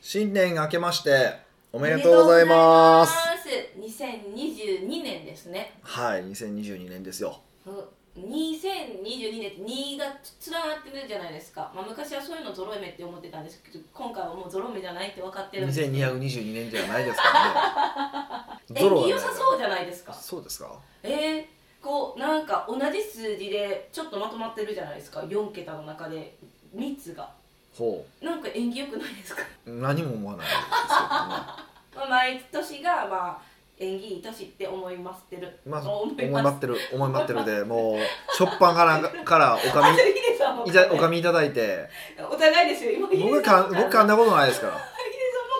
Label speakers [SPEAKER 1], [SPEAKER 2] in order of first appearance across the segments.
[SPEAKER 1] 新年明けましておめでとうございます
[SPEAKER 2] おめでとうございます2022年ですね
[SPEAKER 1] はい2022年ですよ
[SPEAKER 2] うん2022年って2がつながってるじゃないですか、まあ、昔はそういうのゾロ目って思ってたんですけど今回はもうゾロ目じゃないって分かってるんですけど
[SPEAKER 1] 2222年じゃないですからね
[SPEAKER 2] 縁
[SPEAKER 1] ゾロは
[SPEAKER 2] 起
[SPEAKER 1] ね
[SPEAKER 2] 良さそうじゃないですか
[SPEAKER 1] そうですか
[SPEAKER 2] えー、こうなんか同じ数字でちょっとまとまってるじゃないですか4桁の中で3つが
[SPEAKER 1] ほ
[SPEAKER 2] なんか縁起良くないですか
[SPEAKER 1] う何も思わないです
[SPEAKER 2] まあ毎年がまあ縁起いい年って思いますってる、
[SPEAKER 1] けどね、まあ、
[SPEAKER 2] 思
[SPEAKER 1] 思
[SPEAKER 2] い
[SPEAKER 1] いま
[SPEAKER 2] ま
[SPEAKER 1] ってる思いまってるでもうしょっぱんからからおか
[SPEAKER 2] す ヒデさんも
[SPEAKER 1] みいたおかみいただいて
[SPEAKER 2] お互いですよ今ヒデ
[SPEAKER 1] 僕か
[SPEAKER 2] さん
[SPEAKER 1] ん
[SPEAKER 2] も
[SPEAKER 1] 僕噛んだことないですから
[SPEAKER 2] ヒ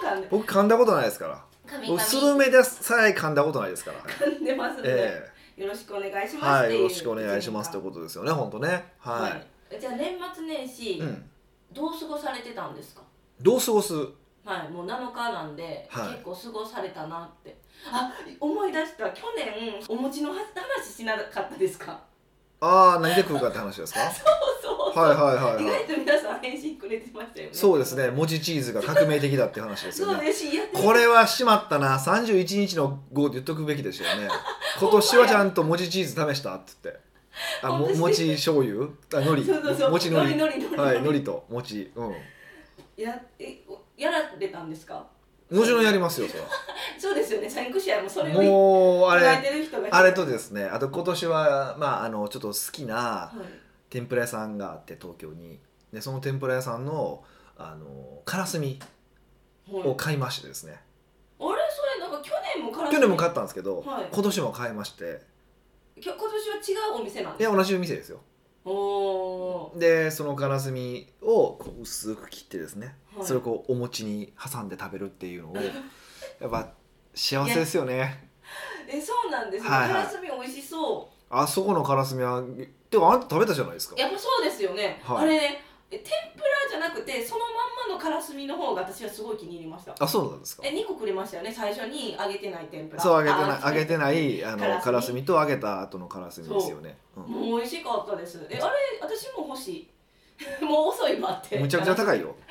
[SPEAKER 2] デさんも噛んで
[SPEAKER 1] 僕噛んだことないですから
[SPEAKER 2] 神々
[SPEAKER 1] 僕スルメでさえ噛んだことないですから、
[SPEAKER 2] 噛んでますので、
[SPEAKER 1] え
[SPEAKER 2] よろしくお願いし
[SPEAKER 1] え
[SPEAKER 2] ます
[SPEAKER 1] は
[SPEAKER 2] って
[SPEAKER 1] い、
[SPEAKER 2] いう
[SPEAKER 1] よろしくお願いしますということですよね本当ねは
[SPEAKER 2] はいじゃあ年末年始、
[SPEAKER 1] い、うん、
[SPEAKER 2] どう過ごされてたんですか
[SPEAKER 1] どう過ごす
[SPEAKER 2] はいもう7日なんで、
[SPEAKER 1] はい
[SPEAKER 2] 結構過ごされたなってあ思い出した去年お餅の話しなかったですか
[SPEAKER 1] ああ何で食うかって話ですか
[SPEAKER 2] そうそう、
[SPEAKER 1] はいはいはい
[SPEAKER 2] 意
[SPEAKER 1] はい
[SPEAKER 2] 外と皆さん返信くれてましたよね
[SPEAKER 1] そうですね文字チーズが革命的だって話です
[SPEAKER 2] そ
[SPEAKER 1] よ
[SPEAKER 2] う
[SPEAKER 1] ね
[SPEAKER 2] ですしやって
[SPEAKER 1] これはしまったな31日の号で言っとくべきですよ ね今年はちゃんと文字チーズ試したって言ってあも
[SPEAKER 2] ほんとして
[SPEAKER 1] 餅醤油あ海
[SPEAKER 2] そうそうそ
[SPEAKER 1] 苔
[SPEAKER 2] う
[SPEAKER 1] 餅海苔
[SPEAKER 2] のりのりのり
[SPEAKER 1] はい海苔と餅うん
[SPEAKER 2] やえやられたんですか
[SPEAKER 1] もちろんやりますよそれは
[SPEAKER 2] そうですよねサインクシアもそれを考
[SPEAKER 1] もうあ
[SPEAKER 2] え
[SPEAKER 1] れ
[SPEAKER 2] てる人がいて
[SPEAKER 1] あれとですねあと今年はまああのちょっと好きな
[SPEAKER 2] はい
[SPEAKER 1] 天ぷら屋さんがあって東京にでその天ぷら屋さんのあのからすみ
[SPEAKER 2] はい
[SPEAKER 1] を買いましてですね
[SPEAKER 2] あれそれなんか去年もから
[SPEAKER 1] 去年も買ったんですけど、
[SPEAKER 2] はい
[SPEAKER 1] 今年も買いまして
[SPEAKER 2] きょ今年は違うお店なん
[SPEAKER 1] い
[SPEAKER 2] です
[SPEAKER 1] や同じ店ですよ
[SPEAKER 2] おお
[SPEAKER 1] でそのからすみをこう薄く切ってですね、
[SPEAKER 2] はい
[SPEAKER 1] それをこうお餅に挟んで食べるっていうのを やっぱ幸せですよね
[SPEAKER 2] ーえそうなんですね、
[SPEAKER 1] はいはい
[SPEAKER 2] からすみ美味しそ
[SPEAKER 1] あそこのからすみはてかあんた食べたじゃないですか
[SPEAKER 2] うやっぱそうですよね、
[SPEAKER 1] はい
[SPEAKER 2] あれねえ天ぷらじゃなくてそのまんまのからすみの方が私はすごい気に入りました
[SPEAKER 1] あそうなんですか
[SPEAKER 2] え2個くれましたよね最初に揚げてない天ぷら
[SPEAKER 1] そう揚げてない揚げてないいあ
[SPEAKER 2] か
[SPEAKER 1] の
[SPEAKER 2] らすみ
[SPEAKER 1] からすみと揚げた後のからすみですよね、うん
[SPEAKER 2] もう美味しかったですえあれ私も欲しい もう遅いわって
[SPEAKER 1] むちゃくちゃ高
[SPEAKER 2] い
[SPEAKER 1] いよ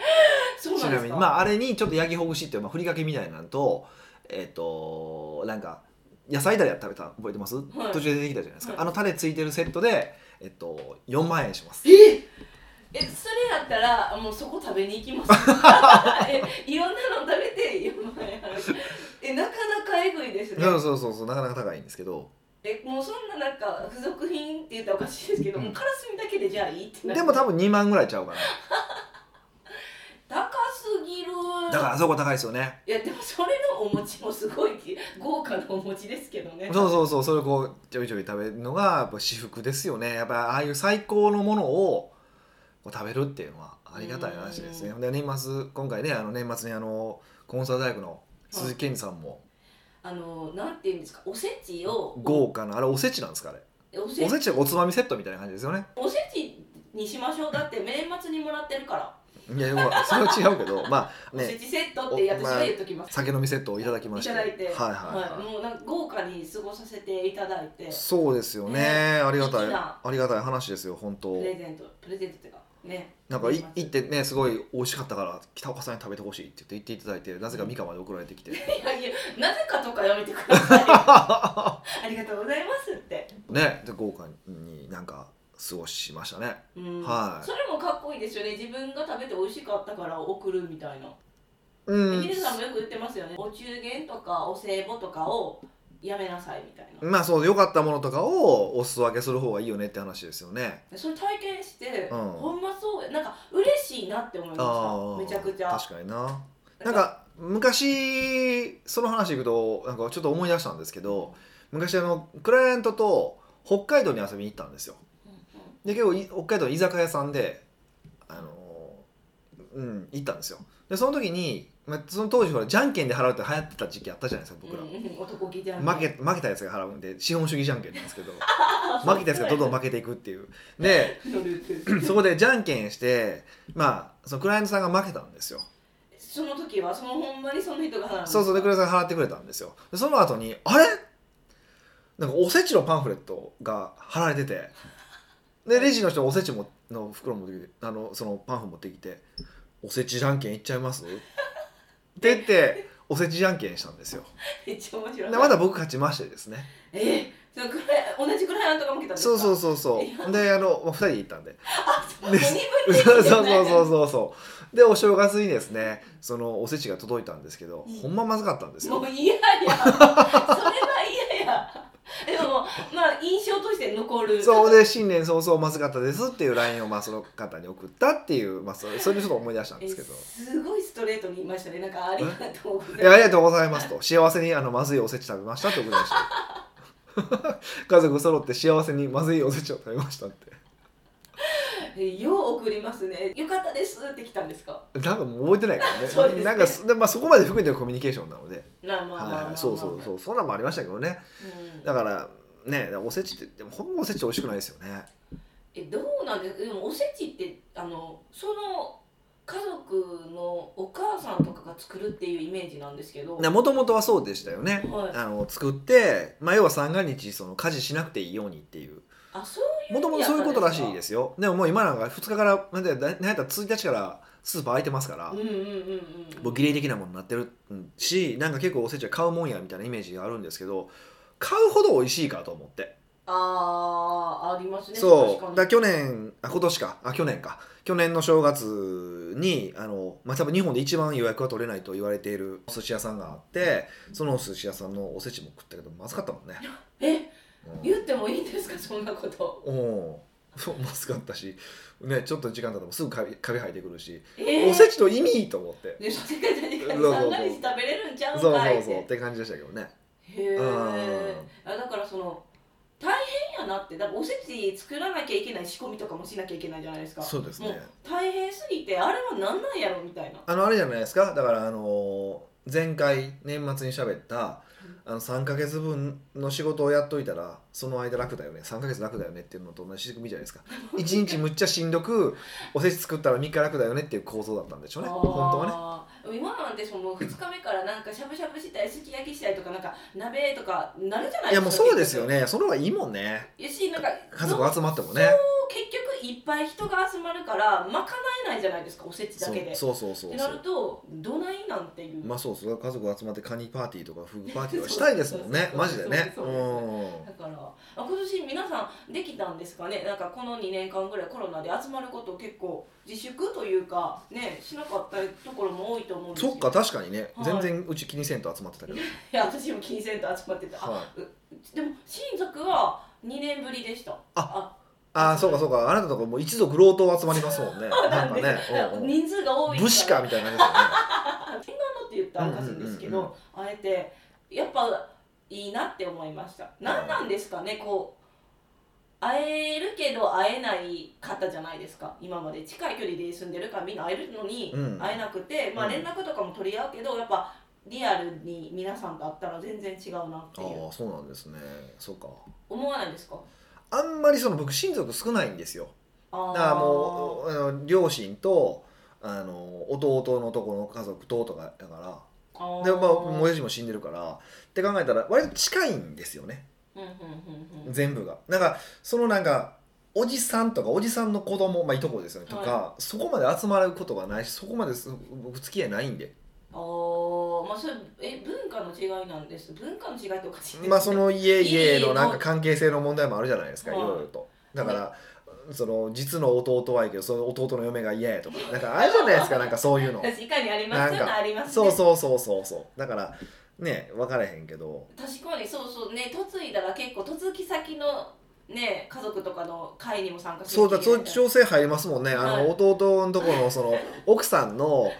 [SPEAKER 2] そう
[SPEAKER 1] ち
[SPEAKER 2] なんで
[SPEAKER 1] な
[SPEAKER 2] す
[SPEAKER 1] み
[SPEAKER 2] か
[SPEAKER 1] にまああれにちょっと焼きほぐしっていう、まあ、ふりかけみたいなのとえっ、となんか野菜だれや食べた覚えてます、
[SPEAKER 2] い
[SPEAKER 1] 途中で出てきたじゃないですか、
[SPEAKER 2] はい
[SPEAKER 1] あのタレついてるセットでえっ、と4万円します
[SPEAKER 2] ええそれやったらもうそこ食べに行 きますえいろんなの食べて4万円払うえなかなかえぐいですね
[SPEAKER 1] そうそうそうそうなかなか高いんですけど
[SPEAKER 2] えもうそんななんか付属品って言ったらおかしいですけど、
[SPEAKER 1] うん
[SPEAKER 2] もうからすみだけでじゃあいいってなる
[SPEAKER 1] でも多分2万ぐらいちゃうか
[SPEAKER 2] 高すぎる
[SPEAKER 1] なだからあそこ高いですよね
[SPEAKER 2] いやでもそれのお餅もすごい豪華なお餅ですけどね
[SPEAKER 1] そうそうそうそれをこうちょいちょい食べるのがやっぱ至福ですよねやっぱああいう最高のものをこう食べるっていうのはありがたい話ですね
[SPEAKER 2] う
[SPEAKER 1] で年末今回ねあの年末にあのコンサート大学の鈴木健二さんも
[SPEAKER 2] あのなんていうんですかおせちを
[SPEAKER 1] 豪華なあれおせちなんですかあれ
[SPEAKER 2] おせ
[SPEAKER 1] おせちはおつまみセットみたいな感じですよね
[SPEAKER 2] おせちにしましょうだって年末にもらってるから、
[SPEAKER 1] いやいやそれは違うけどまあ
[SPEAKER 2] おせ
[SPEAKER 1] ね
[SPEAKER 2] ちセットって私が言っときます、
[SPEAKER 1] 酒飲みセットをいただきま
[SPEAKER 2] い
[SPEAKER 1] して
[SPEAKER 2] ただいて、
[SPEAKER 1] はいはい、はい
[SPEAKER 2] もうなんか豪華に過ごさせていただいて
[SPEAKER 1] そうですよね、ありがた
[SPEAKER 2] 好
[SPEAKER 1] い
[SPEAKER 2] きな
[SPEAKER 1] ありがたい話ですよ本当
[SPEAKER 2] プレゼントプレゼントっていうかね
[SPEAKER 1] なんかい
[SPEAKER 2] 年末
[SPEAKER 1] 行ってねすごい美味しかったから北岡さんに食べてほしいって言って行っていただいてなぜかみかまで送られて きて
[SPEAKER 2] いやいやなぜかとかやめてく ださいありがとうございますって、
[SPEAKER 1] ねで豪華になんか過ごしましたね
[SPEAKER 2] うん
[SPEAKER 1] はい
[SPEAKER 2] それもかっこいいですよね自分が食べて美味しかったから送るみたいな、
[SPEAKER 1] う
[SPEAKER 2] ヒ
[SPEAKER 1] ん
[SPEAKER 2] デさんもよく言ってますよねお中元とかお歳暮とかをやめなさいみたいな、
[SPEAKER 1] まあそう良かったものとかをお裾分けする方がいいよねって話ですよね
[SPEAKER 2] それ体験して、
[SPEAKER 1] うん
[SPEAKER 2] ほんまそうやなんか嬉しいなって思い
[SPEAKER 1] ああ
[SPEAKER 2] ましためちゃくちゃ
[SPEAKER 1] 確かにななんか昔その話いくとなんかちょっと思い出したんですけど昔あのクライアントと北海道に遊びに行ったんですよ
[SPEAKER 2] うんうん
[SPEAKER 1] で結構い北海道の居酒屋さんであのーうん行ったんですよでその時に、まあ、その当時ほらじゃんけんで払うって流行ってた時期あったじゃないですか僕ら、
[SPEAKER 2] うんうん男気じゃん
[SPEAKER 1] 負け負けたやつが払うんで資本主義じゃんけんなんですけど負けたやつがどんどん負けていくっていうで
[SPEAKER 2] 乗るっていう
[SPEAKER 1] そこでじゃんけんしてまあそのクライアントさんが負けたんですよ
[SPEAKER 2] その時はそのほんまにその人が払うの
[SPEAKER 1] そうそうでクライアントさん払ってくれたんですよでその後にあれなんかおせちのパンフレットが貼られててでレジの人がおせちもの袋持ってきてあのそのパンフ持ってきて「おせちじゃんけんいっちゃいます?」って言っておせちじゃんけんしたんですよ
[SPEAKER 2] めっちゃ面白
[SPEAKER 1] で
[SPEAKER 2] い
[SPEAKER 1] まだ僕勝ちましてですね
[SPEAKER 2] えそのくらい同じくらいあんとかも来たんですか
[SPEAKER 1] そうそう
[SPEAKER 2] そ
[SPEAKER 1] そうそうであの2人で行ったんで
[SPEAKER 2] あそう
[SPEAKER 1] で
[SPEAKER 2] 二分の一
[SPEAKER 1] そう
[SPEAKER 2] じゃ
[SPEAKER 1] そ
[SPEAKER 2] な
[SPEAKER 1] う
[SPEAKER 2] い
[SPEAKER 1] そうそうそうそうでお正月にですねそのおせちが届いたんですけど、
[SPEAKER 2] うん
[SPEAKER 1] ほんままずかったんですよ
[SPEAKER 2] もう嫌やそれは嫌やでもまあ印象として残る
[SPEAKER 1] そうで新年早々まずかったですっていう LINE をまあその方に送ったっていう、まあ、それそれでちょっと思い出したん
[SPEAKER 2] え
[SPEAKER 1] ですけど
[SPEAKER 2] すごいストレートに言いましたねなんかありがとうございます
[SPEAKER 1] いやありがとうございますと幸せにあのまずいおせち食べましたって送りました家族揃って幸せにまずいおせちを食べましたって
[SPEAKER 2] えよう送りますねよかったですって来たんですか
[SPEAKER 1] なんかもう覚えてないからね
[SPEAKER 2] そうですね
[SPEAKER 1] なんかそで、まあ、そこまで含めてのコミュニケーションなので、
[SPEAKER 2] まあまあまあまあ、
[SPEAKER 1] はい、そうそうそうそんなんもありましたけどね
[SPEAKER 2] うん
[SPEAKER 1] だからねおせちってでもほんまおせちって美味しくないですよね
[SPEAKER 2] えどうなんですでもおせちってあのその家族のお母さんとかが作るっていうイメージなんですけど
[SPEAKER 1] もともとはそうでしたよね、
[SPEAKER 2] はい
[SPEAKER 1] あの作って、まあ、要は三が日その家事しなくていいようにっていう
[SPEAKER 2] あそういう
[SPEAKER 1] もともとそういうことらしい
[SPEAKER 2] す
[SPEAKER 1] ですよでももう今なんか2日からなんでなんやったら1日からスーパー開いてますから、
[SPEAKER 2] うんうんうんうん
[SPEAKER 1] もう儀礼的なものになってるうんしなんか結構おせちは買うもんやみたいなイメージがあるんですけど買うほど美味しいかと思って、
[SPEAKER 2] あーありますね
[SPEAKER 1] そうだか
[SPEAKER 2] 確から
[SPEAKER 1] 去年あ今年かあ去年か去年の正月にあの、まあ、多分日本で一番予約が取れないと言われているお寿司屋さんがあってそのお寿司屋さんのおせちも食ったけどまずかったもんね、
[SPEAKER 2] にえ
[SPEAKER 1] うん
[SPEAKER 2] 言ってもいいんですかそんなこと
[SPEAKER 1] おそうまずかったし、ね、ちょっと時間経ってもすぐカビカビ生えてくるし、
[SPEAKER 2] えー
[SPEAKER 1] おせちの意味と思って
[SPEAKER 2] でそれが何か
[SPEAKER 1] そうそうそう
[SPEAKER 2] 三が日食べれるんちゃうん
[SPEAKER 1] そう
[SPEAKER 2] か
[SPEAKER 1] そ
[SPEAKER 2] いうって
[SPEAKER 1] そうって感じでしたけどね
[SPEAKER 2] へえ
[SPEAKER 1] うん
[SPEAKER 2] だからその大変やなってだからおせち作らなきゃいけない仕込みとかもしなきゃいけないじゃないですか
[SPEAKER 1] そうです
[SPEAKER 2] も
[SPEAKER 1] ね
[SPEAKER 2] 大変すぎてあれはなんなんやろみたいな
[SPEAKER 1] あのあれじゃないですかだからあのー前回年末に喋ったあの3ヶ月分の仕事をやっといたらその間楽だよね3ヶ月楽だよねっていうのと同じ仕組みじゃないです か1日むっちゃしんどくおせち作ったら3日楽だよねっていう構造だったんでしょうね本当はね
[SPEAKER 2] あー今なんてその2日目からなんかしゃぶしゃぶしたりすき焼きしたりとかなんか鍋とかな
[SPEAKER 1] い
[SPEAKER 2] るじゃないですか
[SPEAKER 1] やもうそうですよねその方がいいもんね
[SPEAKER 2] よしなんか
[SPEAKER 1] 家族集まっても
[SPEAKER 2] そ
[SPEAKER 1] ね
[SPEAKER 2] う結局いっぱい人が集まるからまかなえないじゃないですかおせちだけで
[SPEAKER 1] そうそうそうそう
[SPEAKER 2] って
[SPEAKER 1] そ
[SPEAKER 2] な
[SPEAKER 1] う
[SPEAKER 2] るとどないなんていう、
[SPEAKER 1] まあそうそう家族集まってカニパーティーとかフグパーティーとかしたいですもんね
[SPEAKER 2] そうそうそう
[SPEAKER 1] マジでねう
[SPEAKER 2] そうそうだからあ今年皆さんできたんですかねなんかこの2年間ぐらいコロナで集まることを結構自粛というかねしなかったところも多いと思うん
[SPEAKER 1] ん
[SPEAKER 2] ですけ
[SPEAKER 1] そ
[SPEAKER 2] ど
[SPEAKER 1] っか確かにね
[SPEAKER 2] はい
[SPEAKER 1] 全然うち気にせんと集まってたけど
[SPEAKER 2] いや私も金銭と集まってた、あ
[SPEAKER 1] はい
[SPEAKER 2] でも親族は2年ぶりでしたあ
[SPEAKER 1] ああそうかそうかあなたとかもう一族老頭集まりますもん ねなんかねうんうん
[SPEAKER 2] 人数が多い
[SPEAKER 1] 武士かみたいな感
[SPEAKER 2] あ天眼のって言ったらおかしいんですけど、
[SPEAKER 1] うんうん
[SPEAKER 2] あえてやっぱいいなって思いました何なんですかねこう会えるけど会えない方じゃないですか今まで近い距離で住んでるからみんな会えるのに
[SPEAKER 1] うん
[SPEAKER 2] 会えなくて、まあ
[SPEAKER 1] うん
[SPEAKER 2] 連絡とかも取り合うけどやっぱリアルに皆さんと会ったら全然違うなっ
[SPEAKER 1] じ
[SPEAKER 2] て
[SPEAKER 1] ですね
[SPEAKER 2] いう
[SPEAKER 1] ああそうなんですねそうか
[SPEAKER 2] 思わないですか
[SPEAKER 1] あんまりその僕親族少ないんですよだ
[SPEAKER 2] あー
[SPEAKER 1] からもうあの両親とあの弟のとこの家族ととかだから
[SPEAKER 2] あー
[SPEAKER 1] でまあ親父も死んでるからって考えたら割と近いんですよね
[SPEAKER 2] うんうんうんうん
[SPEAKER 1] 全部がなんかそのなんかおじさんとかおじさんの子供まあいとこですよねとか、そこまで集まることがないしそこまです僕付き合いないんで
[SPEAKER 2] あーまあそれえ文化の違いなんです文化の違いっておかしいですね
[SPEAKER 1] まあその家
[SPEAKER 2] 家
[SPEAKER 1] 々のなん
[SPEAKER 2] の
[SPEAKER 1] か関係性の問題もあるじゃないですかい
[SPEAKER 2] はい
[SPEAKER 1] ろいろとだからその実の弟はいいけどその弟の嫁が嫌やとかなんかあれじゃないですかなんかそういうの
[SPEAKER 2] 確かにあります
[SPEAKER 1] なん
[SPEAKER 2] よね
[SPEAKER 1] か
[SPEAKER 2] ありますね
[SPEAKER 1] そうそうそうそうそうだからね分からへんけど
[SPEAKER 2] 確かにそうそうね嫁いだら結構嫁ぎ先のね家族とかの会にも参加する
[SPEAKER 1] そうだ
[SPEAKER 2] そ
[SPEAKER 1] そう調整入りますもんねあ
[SPEAKER 2] はい
[SPEAKER 1] の弟のとこのその奥さんの
[SPEAKER 2] こ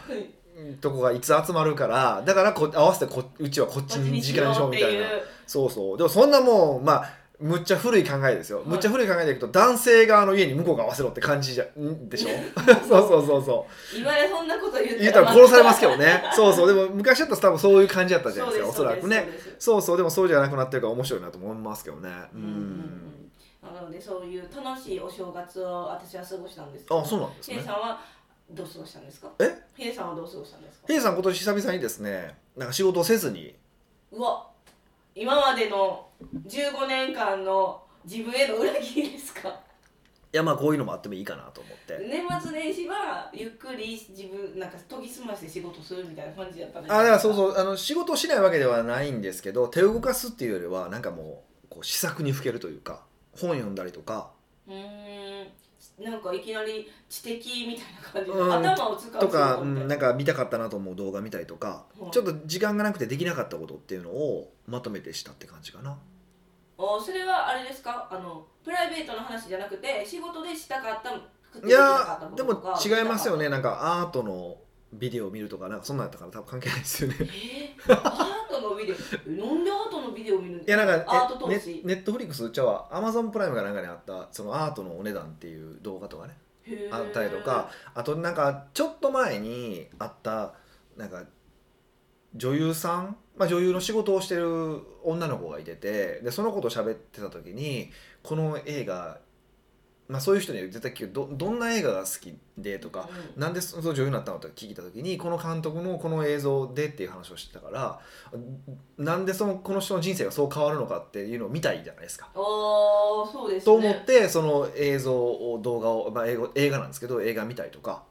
[SPEAKER 1] とこがいつ集まるからだからこ合わせてこうちはこっち
[SPEAKER 2] っち
[SPEAKER 1] に
[SPEAKER 2] に
[SPEAKER 1] 時
[SPEAKER 2] し
[SPEAKER 1] 間
[SPEAKER 2] よ
[SPEAKER 1] しよう
[SPEAKER 2] うっ
[SPEAKER 1] み
[SPEAKER 2] て
[SPEAKER 1] たい
[SPEAKER 2] い
[SPEAKER 1] な
[SPEAKER 2] う
[SPEAKER 1] そうそうでもそんなもんまあむっちゃ古い考えですよ、
[SPEAKER 2] はい
[SPEAKER 1] むっちゃ古い考えでいくと男性側の家に向こうが合わせろって感じじゃん でしょそうそうそうそ
[SPEAKER 2] 今やそんなこと言
[SPEAKER 1] う
[SPEAKER 2] っ
[SPEAKER 1] 言ったら
[SPEAKER 2] まあ
[SPEAKER 1] 殺されますけどねそうそうでも昔だったら多分そういう感じだったじゃな
[SPEAKER 2] そ
[SPEAKER 1] いうで
[SPEAKER 2] です
[SPEAKER 1] か
[SPEAKER 2] す
[SPEAKER 1] おそらく
[SPEAKER 2] そ
[SPEAKER 1] ね
[SPEAKER 2] うです
[SPEAKER 1] そうそうでもそうじゃなくなってるから面白いなと思いますけどねう
[SPEAKER 2] うんんうんうんなのでそういう楽しいお正月を私は過ごしたんですけど
[SPEAKER 1] あそうなんです
[SPEAKER 2] ヘイ
[SPEAKER 1] ね
[SPEAKER 2] さんはどう過ごしたんですか
[SPEAKER 1] え
[SPEAKER 2] ヘイさんはどう過ごしたんですか
[SPEAKER 1] ヘイさん今年久々にですねなんか仕事をせずに
[SPEAKER 2] うわ今までの15年間の自分への裏切りですか
[SPEAKER 1] やまあこういうのもあってもいいかなと思って
[SPEAKER 2] 年末年始はゆっくり自分なんか研ぎ澄まして仕事するみたいな感じだったね
[SPEAKER 1] あだからそう
[SPEAKER 2] う
[SPEAKER 1] そうあの仕事をしないわけではないんですけど手を動かすっていうよりはなんかもうこう試作にふけるというか本読んだりとか
[SPEAKER 2] うーんなんかいきなり知的みたいな感じで、
[SPEAKER 1] うん
[SPEAKER 2] 頭を使う
[SPEAKER 1] とか、
[SPEAKER 2] 仕
[SPEAKER 1] う
[SPEAKER 2] 事みたい
[SPEAKER 1] ん、なんか見たかったなと思う動画見たりとか、
[SPEAKER 2] はい
[SPEAKER 1] ちょっと時間がなくてできなかったことっていうのをまとめてしたって感じかな
[SPEAKER 2] おそれはあれですかあのプライベートの話じゃなくて仕事でしたかったくて
[SPEAKER 1] い
[SPEAKER 2] できなかった
[SPEAKER 1] や
[SPEAKER 2] こ
[SPEAKER 1] で
[SPEAKER 2] とと
[SPEAKER 1] も
[SPEAKER 2] か
[SPEAKER 1] 違いますよねなんかアートのビデオを見るとかなんかそんなんやったから多分関係ないですよね
[SPEAKER 2] えー、アートのビデオなんでアートのビデオ見るん
[SPEAKER 1] い
[SPEAKER 2] です
[SPEAKER 1] や
[SPEAKER 2] か
[SPEAKER 1] なんか
[SPEAKER 2] アート投
[SPEAKER 1] え
[SPEAKER 2] 資
[SPEAKER 1] ネネットフリックスうちはアマゾンプライムがなんかにあったそのアートのお値段っていう動画とかね
[SPEAKER 2] へー
[SPEAKER 1] あったりとかあとなんかちょっと前にあったなんか女優さん、まあ、女優の仕事をしてる女の子がいててでその子と喋ってた時にこの映画、まあ、そういう人に絶対聞くどどんな映画が好きでとか、
[SPEAKER 2] うん
[SPEAKER 1] なんでその女優になったのと聞いた時にこの監督のこの映像でっていう話をしてたからなんでそのこの人の人生がそう変わるのかっていうのを見たいじゃないですか。
[SPEAKER 2] ああそうですね
[SPEAKER 1] と思ってその映像を動画を、まあ、英語映画なんですけど映画見たりとか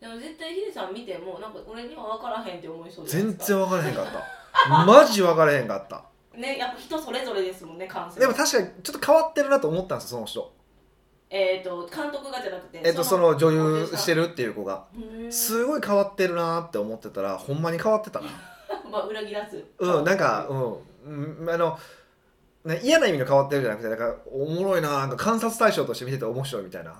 [SPEAKER 2] でも絶対ヒデさん見てもなんか俺には分からへんって思いそうじゃない
[SPEAKER 1] 全
[SPEAKER 2] ですか
[SPEAKER 1] 然分からへんかったマジ分からへんかった
[SPEAKER 2] ねやっぱ人それぞれですもんね感性
[SPEAKER 1] でも確かにちょっと変わってるなと思ったんですよその人
[SPEAKER 2] えっ、と監督がじゃなくて
[SPEAKER 1] えっとその女優してる
[SPEAKER 2] る
[SPEAKER 1] っていう子が
[SPEAKER 2] うーん
[SPEAKER 1] すごい変わってるなって思ってたらほんまに変わってたな
[SPEAKER 2] まあ裏切らず
[SPEAKER 1] うんなんかうんうんあのね嫌な意味の変わってるじゃなくてなんかおもろいななんか観察対象として見てて面白いみたいな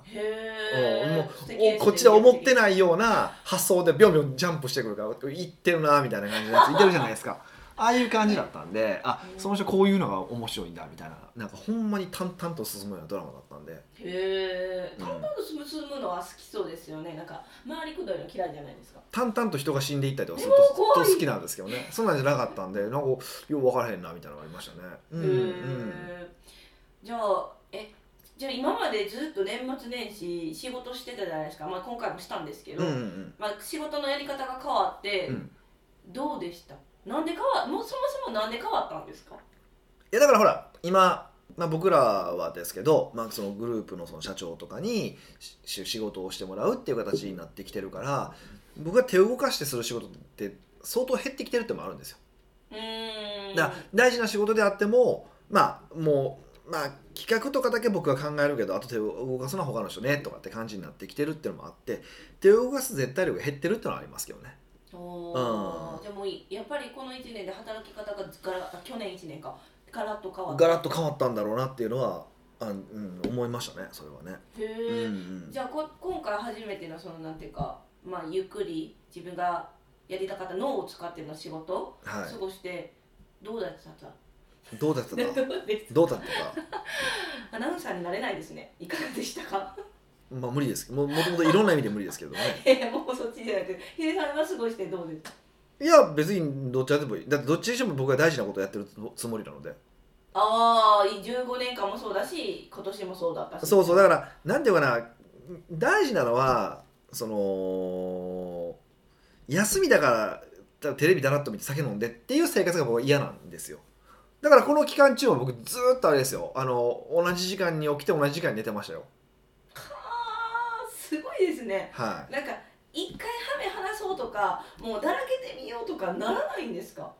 [SPEAKER 1] う
[SPEAKER 2] へ
[SPEAKER 1] んもう
[SPEAKER 2] え
[SPEAKER 1] おこっちで思ってないような発想でビョンビョンジャンプしてくるからいってるなみたいな感じのやついてるじゃないです かああいう感じだったんであその人こういうのが面白いんだみたいななんかほんまに淡々と進むようなドラマだったんで
[SPEAKER 2] へえ
[SPEAKER 1] うん
[SPEAKER 2] 淡々と進むのは好きそうですよねなんか回りくどいの嫌いじゃないですか
[SPEAKER 1] 淡々と人が死んでいったりとかする
[SPEAKER 2] でも怖
[SPEAKER 1] と
[SPEAKER 2] い
[SPEAKER 1] ずっと好きなんですけどねそんなんじゃなかったんでなんかよう分からへんなみたいなのがありましたねうんうん
[SPEAKER 2] へーじゃあえじゃあ今までずっと年末年始仕事してたじゃないですか、まあ、今回もしたんですけ
[SPEAKER 1] う
[SPEAKER 2] ど、
[SPEAKER 1] んうんうん
[SPEAKER 2] まあ、仕事のやり方が変わって、
[SPEAKER 1] うん
[SPEAKER 2] どうでしたなんで変わもうそもそもなんで変わったんですか
[SPEAKER 1] いやだからほら今、まあ、僕らはですけど、まあ、そのグループのその社長とかにしし仕事をしてもらうっていう形になってきてるから僕が手を動かしてする仕事って相当減ってきてるってのもあるんですよ。
[SPEAKER 2] うーん
[SPEAKER 1] だから大事な仕事であってもまあもう、まあ、企画とかだけ僕は考えるけどあと手を動かすのは他の人ねとかって感じになってきてるっていうのもあって手を動かす絶対力が減ってるってのはありますけどね。
[SPEAKER 2] お
[SPEAKER 1] うん
[SPEAKER 2] ーでもやっぱりこの1年で働き方がガラあ去年1年かガラッと変わった
[SPEAKER 1] ガラッと変わったんだろうなっていうのはあ、うん、思いましたねそれはね。
[SPEAKER 2] へ
[SPEAKER 1] うん
[SPEAKER 2] え、
[SPEAKER 1] うん
[SPEAKER 2] じゃあこ今回初めてのそのなんていうか、まあ、ゆっくり自分がやりたかった脳を使っての仕事を
[SPEAKER 1] は
[SPEAKER 2] 過ごして、どうだったか
[SPEAKER 1] い、どうだった か
[SPEAKER 2] どうです
[SPEAKER 1] どうだったか、
[SPEAKER 2] アナウンサーになれないですねいかがでしたか
[SPEAKER 1] まあ、無理ですももともといろんな意味で無理ですけどね
[SPEAKER 2] いやもうそっちじゃなくてヒデさんは過ごしてどうですか
[SPEAKER 1] いや別にどっちでもいいだってどっちにしても僕が大事なことをやってるつもりなので
[SPEAKER 2] ああ15年間もそうだし今年もそうだったし
[SPEAKER 1] そうそうだからなんていうかな大事なのはその休みだからただテレビだらっと見て酒飲んでっていう生活が僕は嫌なんですよだからこの期間中は僕ずーっとあれですよあの同じ時間に起きて同じ時間に寝てましたよ
[SPEAKER 2] あーすごいですね
[SPEAKER 1] はい
[SPEAKER 2] なんか一回ハメ話そうとかもうだらけてみようとかならないんですか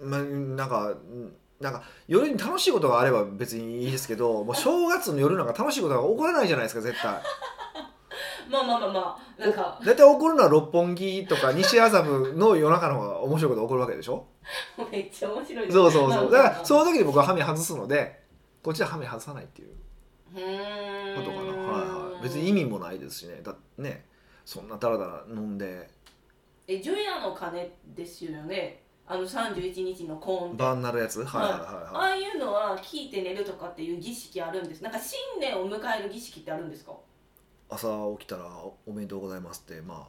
[SPEAKER 1] まあ、なんかうんなんか夜に楽しいことがあれば別にいいですけどもう正月の夜なんか楽しいことが起こらないじゃないですか絶対
[SPEAKER 2] まあまあまあまあなんか
[SPEAKER 1] お大体起こるのは六本木とか西麻布の夜中の方が面白いことが起こるわけでしょ
[SPEAKER 2] めっちゃ面白いです
[SPEAKER 1] そうそうそうだから
[SPEAKER 2] う
[SPEAKER 1] その時に僕はハメ外すのでこっちはハメ外さないっていう
[SPEAKER 2] うー
[SPEAKER 1] こ
[SPEAKER 2] ん
[SPEAKER 1] とかな、はいはい、別に意味もないですしねだねそんなダラダラ飲んで
[SPEAKER 2] えジョヤの鐘ですよねあの31日のコーンって
[SPEAKER 1] 晩なるやつはいはいはい
[SPEAKER 2] あ
[SPEAKER 1] はい
[SPEAKER 2] あいうのは聞いて寝るとかっていう儀式あるんですなんか新年を迎える儀式ってあるんですか
[SPEAKER 1] 朝起きたら「おめでとうございます」ってまあ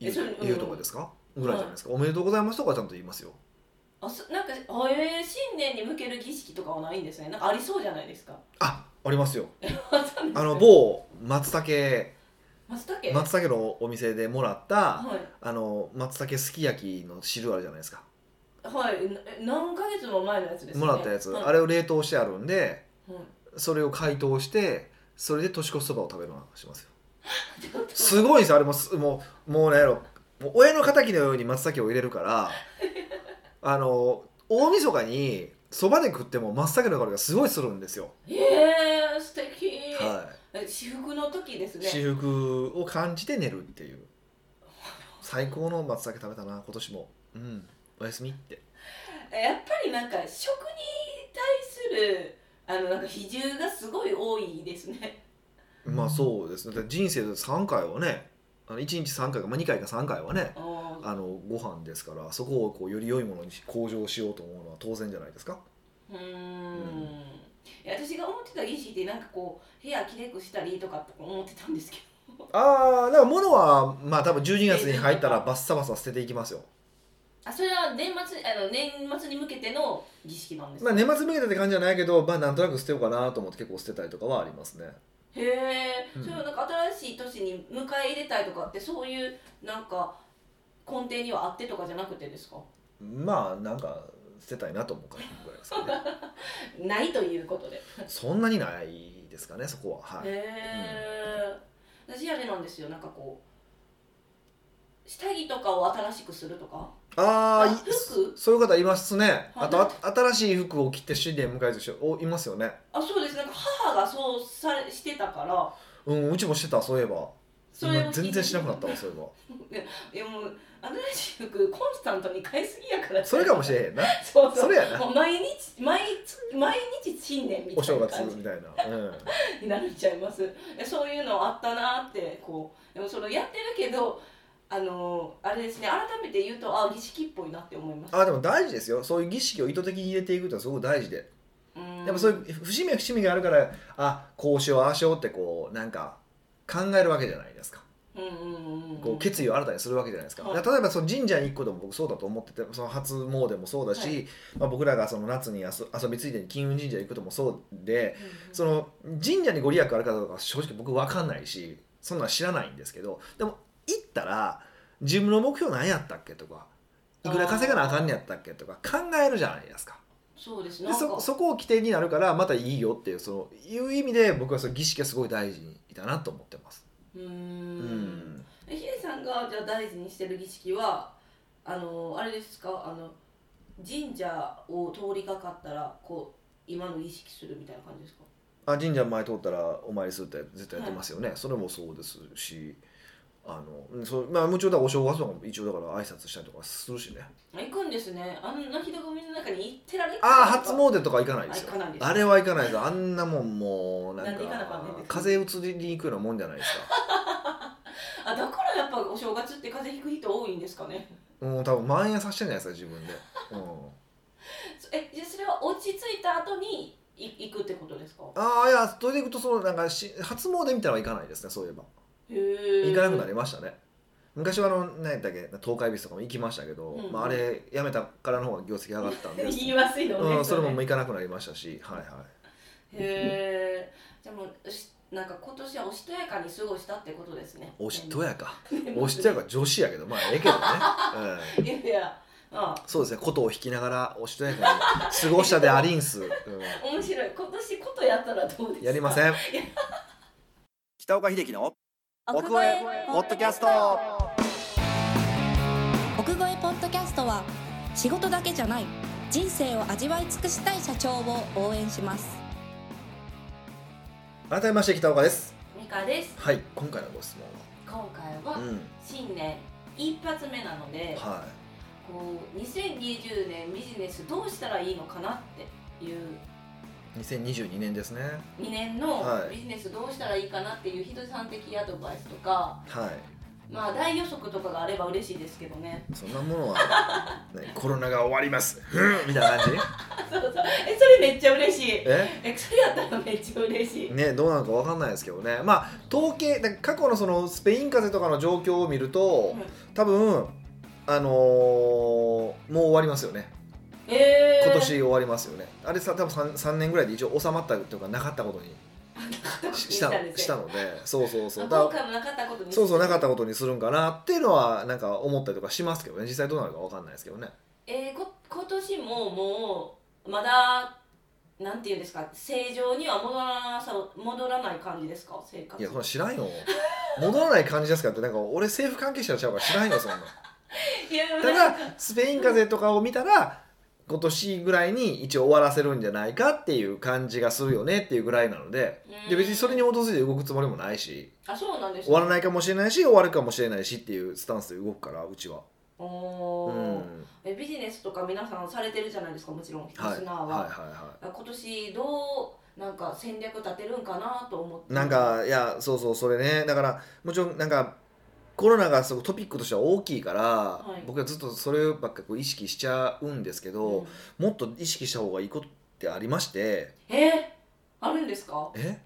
[SPEAKER 1] 言
[SPEAKER 2] え
[SPEAKER 1] う
[SPEAKER 2] それ
[SPEAKER 1] 言うとかですかぐらいじゃないですか「おめでとうございます」とかはちゃんと言いますよ
[SPEAKER 2] あそなんかあえー新年に向ける儀式とかはないんですねなんかありそうじゃないですか
[SPEAKER 1] あありますよ
[SPEAKER 2] あそうなんです
[SPEAKER 1] あの
[SPEAKER 2] ね
[SPEAKER 1] 某松茸
[SPEAKER 2] 松茸
[SPEAKER 1] 松茸のお店でもらった
[SPEAKER 2] はい
[SPEAKER 1] あの松茸すき焼きの汁あるじゃないですか
[SPEAKER 2] はい、なえ何ヶ月も前のやつですね。
[SPEAKER 1] もらったやつ、
[SPEAKER 2] はい、
[SPEAKER 1] あれを冷凍してあるんで
[SPEAKER 2] はい
[SPEAKER 1] それを解凍してそれで年越しそばを食べるのはしますよ
[SPEAKER 2] ちょっと
[SPEAKER 1] すごいんですよあれもすもうもうなんやろもう親の敵のように松茸を入れるからあの大晦日にそばで食っても松茸の香りがすごいするんですよ、
[SPEAKER 2] えー、素敵、
[SPEAKER 1] は
[SPEAKER 2] え私服の時です
[SPEAKER 1] い、
[SPEAKER 2] ね
[SPEAKER 1] 私服を感じて寝るっていう最高の松茸食べたな今年もうんおやすみって
[SPEAKER 2] やっぱりなんか食に対するあのなんか比重がすごい多いですね
[SPEAKER 1] まあそうですねだって人生で3回はねあの1日3回か、まあ、2回か3回はね
[SPEAKER 2] うん
[SPEAKER 1] あのご飯ですからそこをこうより良いものに向上しようと思うのは当然じゃないですか
[SPEAKER 2] うーんいや私が思ってた儀式ってなんかこう部屋きれくしたりとかとか思ってたんですけど
[SPEAKER 1] ああだから物はまあ多分12月に入ったらバッサバサ捨てていきますよ
[SPEAKER 2] あそれは年末あの年末に向けての儀式なんです
[SPEAKER 1] ま
[SPEAKER 2] か、
[SPEAKER 1] あ年末向けてって感じじゃないけどまあなんとなく捨てようかなと思って結構捨てたりとかはありますね
[SPEAKER 2] へえ、
[SPEAKER 1] うん
[SPEAKER 2] それはなんか新しい年に迎え入れたいとかってそういうなんか根底にはあってとかじゃなくてですか
[SPEAKER 1] まあなんか捨てたいなと思うからぐらいですかね
[SPEAKER 2] ないということで
[SPEAKER 1] そんなにないですかねそこははい
[SPEAKER 2] へえ、私あれなんですよなんかこう下着とかを新しくするとか
[SPEAKER 1] ああい
[SPEAKER 2] 服
[SPEAKER 1] そういう方いますね
[SPEAKER 2] は
[SPEAKER 1] あ
[SPEAKER 2] い
[SPEAKER 1] とあ新しい服を着て新年迎える人おいますよね
[SPEAKER 2] あそうですなんか母がそうされしてたから
[SPEAKER 1] うんうちもしてたそういえば
[SPEAKER 2] それ
[SPEAKER 1] 今
[SPEAKER 2] を
[SPEAKER 1] 全然しなくなった
[SPEAKER 2] い
[SPEAKER 1] わそういえ
[SPEAKER 2] やもう新しい服コンスタントに買いすぎやから
[SPEAKER 1] ばそれかもしれへんな
[SPEAKER 2] そうそう
[SPEAKER 1] それやな
[SPEAKER 2] もう毎日毎日毎日新年み
[SPEAKER 1] お
[SPEAKER 2] た
[SPEAKER 1] 正
[SPEAKER 2] いな
[SPEAKER 1] 月
[SPEAKER 2] 感じ
[SPEAKER 1] みたいな、うん、
[SPEAKER 2] になっちゃいますえそういうのあったなってこうでもそのやってるけどあのあれですね改めて言うとあ儀式っぽいなって思います
[SPEAKER 1] あでも大事ですよそういう儀式を意図的に入れていくってのはすごく大事で
[SPEAKER 2] うん
[SPEAKER 1] やっぱそういう節目節目があるからあこうしようああしようってこうなんか考えるわけじゃないですか
[SPEAKER 2] うんうんうんうん
[SPEAKER 1] こう決意を新たにするわけじゃないですか,、
[SPEAKER 2] はい
[SPEAKER 1] 例えばその神社に行くことも僕そうだと思っててその初詣もそうだし、ま
[SPEAKER 2] は
[SPEAKER 1] あ、僕らがその夏に遊遊びついでに金運神社行くこともそうで
[SPEAKER 2] うんうん
[SPEAKER 1] その神社にご利益あるかどうか正直僕分かんないしそんなん知らないんですけどでも行ったら自分の目標何やったっけとかいくら稼がなあかんねやったっけとか考えるじゃないですか。
[SPEAKER 2] そうです
[SPEAKER 1] で
[SPEAKER 2] ねなん
[SPEAKER 1] そ
[SPEAKER 2] か
[SPEAKER 1] そこを起点になるからまたいいよっていうそのいう意味で僕はその儀式がすごい大事だなと思ってます。
[SPEAKER 2] うー
[SPEAKER 1] うんん、
[SPEAKER 2] えヒデさんがじゃあ大事にしてる儀式はあのあれですかあの神社を通りかかったらこう今の儀式するみたいな感じですか
[SPEAKER 1] あ神社前通ったらお参りするって絶対やってますよね、それもそうですしあのうんそう、まあ、もちろんだからお正月とかも一応だから挨拶したりとかするしね
[SPEAKER 2] あ行くんですねあんな人混みの中に行ってられる
[SPEAKER 1] ああ初詣とか行かないですよ
[SPEAKER 2] あ行かないです
[SPEAKER 1] あれは行かないですあんなもんもうなん
[SPEAKER 2] なん
[SPEAKER 1] か
[SPEAKER 2] で行かなあかんねんって
[SPEAKER 1] 風邪移りに行くようなもんじゃないですか
[SPEAKER 2] あだからやっぱお正月って風邪ひく人多いんですかね
[SPEAKER 1] うん多分蔓延させてんじゃないですか自分で、うん、
[SPEAKER 2] そえじゃあそれは落ち着いた後にい行くってことですか
[SPEAKER 1] ああいやそれでいくとそのなんかし初詣みたいなのは行かないですねそういえば
[SPEAKER 2] へえ
[SPEAKER 1] 行かなくなりましたね昔はあの何やったっけ東海ビスとかも行きましたけど、
[SPEAKER 2] うん
[SPEAKER 1] まあ、あれやめたからの方が業績上がったんで
[SPEAKER 2] 言いますよね、
[SPEAKER 1] うん、それももう
[SPEAKER 2] へ
[SPEAKER 1] 行かなくなりましたしはいはい
[SPEAKER 2] えじゃあもうしなんか今年はおしとやかに過ごしたってことですね
[SPEAKER 1] おしとやか
[SPEAKER 2] 年末
[SPEAKER 1] おしとやか女子やけどまあええけどね、うん
[SPEAKER 2] いやいやああ
[SPEAKER 1] そうですね琴を弾きながらおしとやかに過ごしたでありんす、うん
[SPEAKER 2] 面白い今年ことやったらどうですか
[SPEAKER 1] やりま
[SPEAKER 2] ん
[SPEAKER 1] せん北岡秀樹の奥越えポッドキャスト
[SPEAKER 3] 奥越えポッドキャストは仕事だけじゃない人生を味わい尽くしたい社長を応援します
[SPEAKER 1] 改めまして北岡です
[SPEAKER 2] ミカです
[SPEAKER 1] はい今回のご質
[SPEAKER 2] 今回
[SPEAKER 1] 問は、
[SPEAKER 2] は
[SPEAKER 1] うん
[SPEAKER 2] 新年一発目なので、
[SPEAKER 1] は
[SPEAKER 2] こう2020年ビジネスどうしたらいいのかなっていう
[SPEAKER 1] い、2022年ですね
[SPEAKER 2] 2年の
[SPEAKER 1] はい
[SPEAKER 2] ビジネスどうしたらいいかなっていうヒデさん的アドバイスとか
[SPEAKER 1] はい
[SPEAKER 2] まあ大予測とかがあれば嬉しいですけど ね
[SPEAKER 1] そんなも のは、ね、コロナが終わります、うん、みたいな感じ
[SPEAKER 2] そうそうえそれめっちゃ嬉しい
[SPEAKER 1] え
[SPEAKER 2] えそれやったらめっちゃ嬉しい、
[SPEAKER 1] ねどうなのかわかんないですけどねまあ統計だ過去のそのスペイン風邪とかの状況を見ると
[SPEAKER 2] うん
[SPEAKER 1] 多分あのーもう終わりますよね
[SPEAKER 2] えー、
[SPEAKER 1] 今年終わりますよねあれさ多分 3, 3年ぐらいで一応収まったというかなかった ことにしした
[SPEAKER 2] したんです
[SPEAKER 1] したのでそうそうそう
[SPEAKER 2] まあ
[SPEAKER 1] だ
[SPEAKER 2] 今回もなかったことに
[SPEAKER 1] そうそうなかったことにするんかなっていうのはなんか思ったりとかしますけどね実際どうなるかわかんないですけどね
[SPEAKER 2] えー、こ今年ももうまだなんていうんですか正常には戻らなさ戻らない感じですか生活
[SPEAKER 1] いや そんな知らんよ戻らない感じですかってなんか俺政府関係者ちゃうから知らんよそんない
[SPEAKER 2] や
[SPEAKER 1] た
[SPEAKER 2] なん
[SPEAKER 1] だスペイン風邪とかを見たら今年ぐらいに一応終わらせるんじゃないかっていう感じがするよねっていうぐらいなので
[SPEAKER 2] うん
[SPEAKER 1] で別にそれに基づいて動くつもりもないし
[SPEAKER 2] あそうなんです
[SPEAKER 1] 終わらないいかもしれないし終わるかもしれないしっていうスタンスで動くからうちは、
[SPEAKER 2] お
[SPEAKER 1] う
[SPEAKER 2] お
[SPEAKER 1] ん、
[SPEAKER 2] ー、えビジネスとか皆さんされてるじゃないですかもちろんリスナ
[SPEAKER 1] はいはいはい
[SPEAKER 2] ーは、
[SPEAKER 1] は
[SPEAKER 2] 今年どうなんか戦略立てるんかなと思って
[SPEAKER 1] いなんかいやそうそうそれねだからもちろんなんかコロナがすごくトピックとしては大きいから、
[SPEAKER 2] い
[SPEAKER 1] 僕はずっとそればっかこう意識しちゃうんですけど、もっと意識した方がいいことってありまして
[SPEAKER 2] うんえあるんですか
[SPEAKER 1] え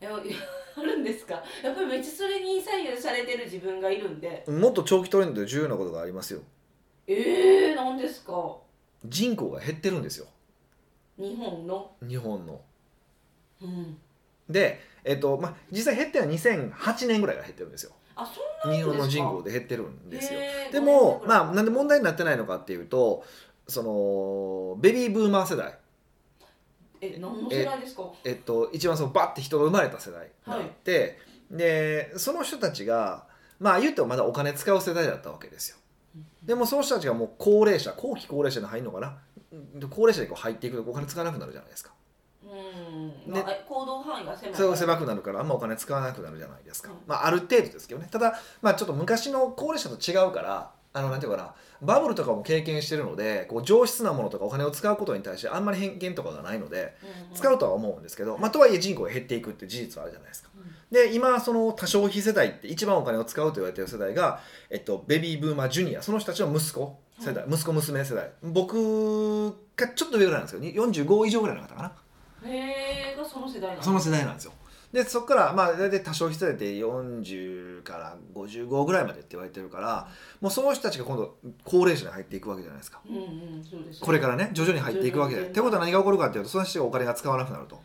[SPEAKER 2] え あるんですかやっぱりめっちゃそれに左右されてる自分がいるんで
[SPEAKER 1] もっと長期トレンドで重要なことがありますよ
[SPEAKER 2] えー、なんですか
[SPEAKER 1] 人口が減ってるんですよ
[SPEAKER 2] 日本の
[SPEAKER 1] 日本の
[SPEAKER 2] うん
[SPEAKER 1] でえっとまあ実際減ってるのは2008年ぐらいから減ってるんですよ
[SPEAKER 2] あそ
[SPEAKER 1] 日本の人口で減ってるん
[SPEAKER 2] う
[SPEAKER 1] ですよ
[SPEAKER 2] えー
[SPEAKER 1] で
[SPEAKER 2] ごめんな
[SPEAKER 1] も
[SPEAKER 2] さい
[SPEAKER 1] まあなんで問題になってないのかっていうとそのベビーブーマー世代
[SPEAKER 2] え何の世代ですかは
[SPEAKER 1] えっと一番そのバッて人が生まれた世代があって、でその人たちがまあ言うてもまだお金使う世代だったわけですよでもその人たちがもう高齢者後期高齢者に入るのかなで高齢者にこう入っていくとお金使わなくなるじゃないですか
[SPEAKER 2] うん、まあ、え行動範囲が狭い
[SPEAKER 1] それが狭
[SPEAKER 2] く
[SPEAKER 1] くなるからあんまお金使わなくなるじゃないですか、
[SPEAKER 2] うん
[SPEAKER 1] まあ、ある程度ですけどねただ、まあ、ちょっと昔の高齢者と違うからあのなんていうかなバブルとかも経験してるのでこう上質なものとかお金を使うことに対してあんまり偏見とかがないので使うとは思うんですけど、まあ、とはいえ人口が減っていくっていう事実はあるじゃないですかで今その多消費世代って一番お金を使うと言われてる世代が、えっと、ベビーブーマージュニアその人たちの息子世代、息子娘世代僕がちょっと上ぐらいなんですけど45以上ぐらいの方かな
[SPEAKER 2] へえー、がその世代なんだ
[SPEAKER 1] その世代なんですよでそこからまあ大体多少人代で40から55ぐらいまでって言われてるからもうその人たちが今度高齢者に入っていくわけじゃないですか
[SPEAKER 2] うんうんそうです
[SPEAKER 1] これからね徐々に入っていくわけでってことは何が起こるかっていうとその人がお金が使わなくなると。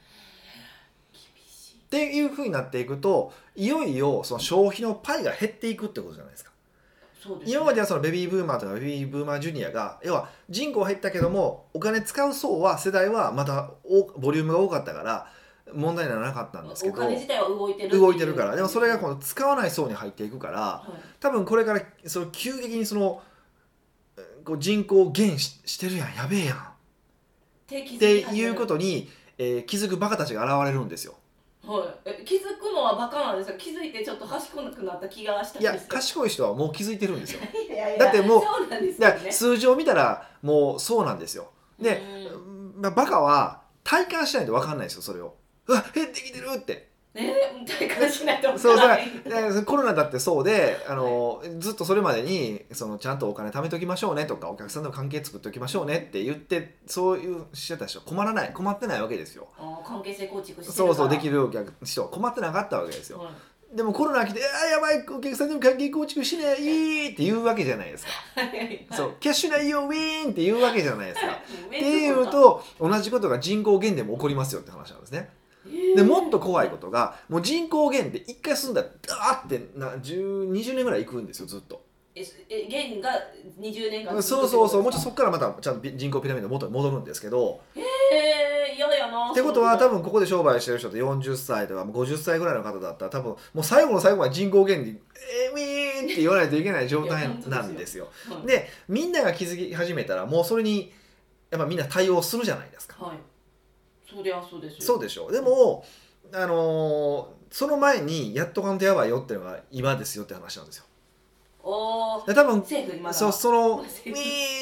[SPEAKER 2] 厳しい
[SPEAKER 1] っていうふうになっていくといよいよその消費のパイが減っていくってことじゃないですか。
[SPEAKER 2] そうですね、
[SPEAKER 1] 今まではそのベビーブーマーとかベビーブーマージュニアが要は人口減ったけどもお金使う層は世代はまたおボリュームが多かったから問題にならなかったんですけ
[SPEAKER 2] お
[SPEAKER 1] ど
[SPEAKER 2] 金自体は動いてるっていう
[SPEAKER 1] 動いてるからでもそれがこの使わない層に入っていくから
[SPEAKER 2] はい
[SPEAKER 1] 多分これからその急激にそのえーこう人口減ししてるやんやべえやんっ
[SPEAKER 2] 定期
[SPEAKER 1] て
[SPEAKER 2] 的に
[SPEAKER 1] いうことに、えー気づくバカたちが現れるんですよ
[SPEAKER 2] はいえ気づくのはバカなんですよ気づいてちょっと賢くなった気がしたん
[SPEAKER 1] いや
[SPEAKER 2] ですよ
[SPEAKER 1] 賢い人はもう気づいてるんですよ
[SPEAKER 2] いやいや
[SPEAKER 1] だってもう
[SPEAKER 2] そうなんですよ
[SPEAKER 1] だ
[SPEAKER 2] ね
[SPEAKER 1] から数字を見たらもうそうなんですよで、
[SPEAKER 2] うん
[SPEAKER 1] まあ、バカは体感しないと分かんないですよそれをうわ減ってきてるって
[SPEAKER 2] ね体感しないと
[SPEAKER 1] そう
[SPEAKER 2] わ
[SPEAKER 1] だ
[SPEAKER 2] か
[SPEAKER 1] からら
[SPEAKER 2] ない
[SPEAKER 1] だからコロナだってそうであの、ずっとそれまでにそのちゃんとお金貯めときましょうねとかお客さんの関係作っておきましょうねって言ってそういうしてた人困らない困ってないわけですよ
[SPEAKER 2] あー関係性構築してる
[SPEAKER 1] そうそうでき
[SPEAKER 2] る
[SPEAKER 1] るお客人は困ってなかったわけですよ
[SPEAKER 2] は
[SPEAKER 1] でもコロナ来て「あーやばいお客さんでも関係構築しないい」って言うわけじゃないですか
[SPEAKER 2] い
[SPEAKER 1] そうキャッシュないよウィーンって言うわけじゃないですか
[SPEAKER 2] っ
[SPEAKER 1] っていうと同じことが人口減でも起こりますよって話なんですねでもっと怖いこととがもう人口減って一回住んだらダーってな10 20年ぐらい行くんですよずっと
[SPEAKER 2] ええ現が20年間
[SPEAKER 1] そうそうそうもうちろん
[SPEAKER 2] ょ
[SPEAKER 1] そこからまたちゃんとび人口ピラミッド元に戻るんですけど
[SPEAKER 2] えー、嫌だよな
[SPEAKER 1] ってことは多分ここで商売してる人って40歳とかもう50歳ぐらいの方だったら多分もう最後の最後まで人口減に「えー、ウィーン!」って言わないといけない状態なんですよ
[SPEAKER 2] そのはい
[SPEAKER 1] でみんなが気づき始めたらもうそれにやっぱみんな対応するじゃないですか
[SPEAKER 2] はいそりゃそうですよ
[SPEAKER 1] そうでしょでもあのーその前にやっとかんとやばいよっていうのが今ですよって話なんですよ
[SPEAKER 2] おー
[SPEAKER 1] で多分
[SPEAKER 2] 政府にまだ
[SPEAKER 1] そうそのウ
[SPEAKER 2] まだ
[SPEAKER 1] ィ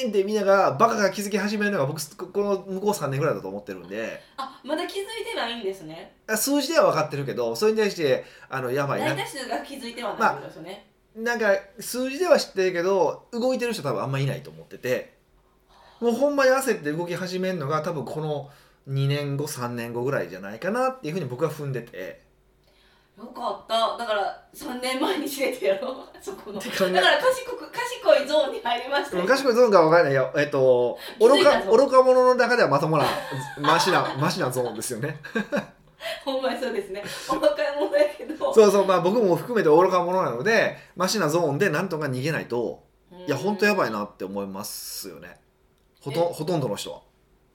[SPEAKER 1] ーンってみんながバカが気づき始めるのが僕ここの向こう3年ぐらいだと思ってるんで
[SPEAKER 2] あまだ気づいてないんですね
[SPEAKER 1] 数字では分かってるけどそれに対してあのやばい
[SPEAKER 2] 大
[SPEAKER 1] な
[SPEAKER 2] 多数が気づいてはないんですよね、
[SPEAKER 1] なんか数字では知ってるけど動いてる人多分あんまいないと思っててもうほんまに焦って動き始めるのが多分この2年後3年後ぐらいじゃないかなっていうふうに僕は踏んで て
[SPEAKER 2] よかっただから3年前に知れてやろう そこの
[SPEAKER 1] って
[SPEAKER 2] だ
[SPEAKER 1] 考
[SPEAKER 2] か
[SPEAKER 1] え
[SPEAKER 2] ら賢く賢いゾーンに入りましたよ
[SPEAKER 1] 昔これゾーンか分かんないよえっと愚
[SPEAKER 2] 気づい
[SPEAKER 1] か
[SPEAKER 2] たぞ
[SPEAKER 1] 愚か者の中ではまともなマシなマシなゾーンですよね
[SPEAKER 2] ほんまにそうですねお若いもんやけど
[SPEAKER 1] そうそうまあ僕も含めて愚か者なのでマシなゾーンでなんとか逃げないと
[SPEAKER 2] うん
[SPEAKER 1] いや本当やばいなって思いますよねほとほとんどの人は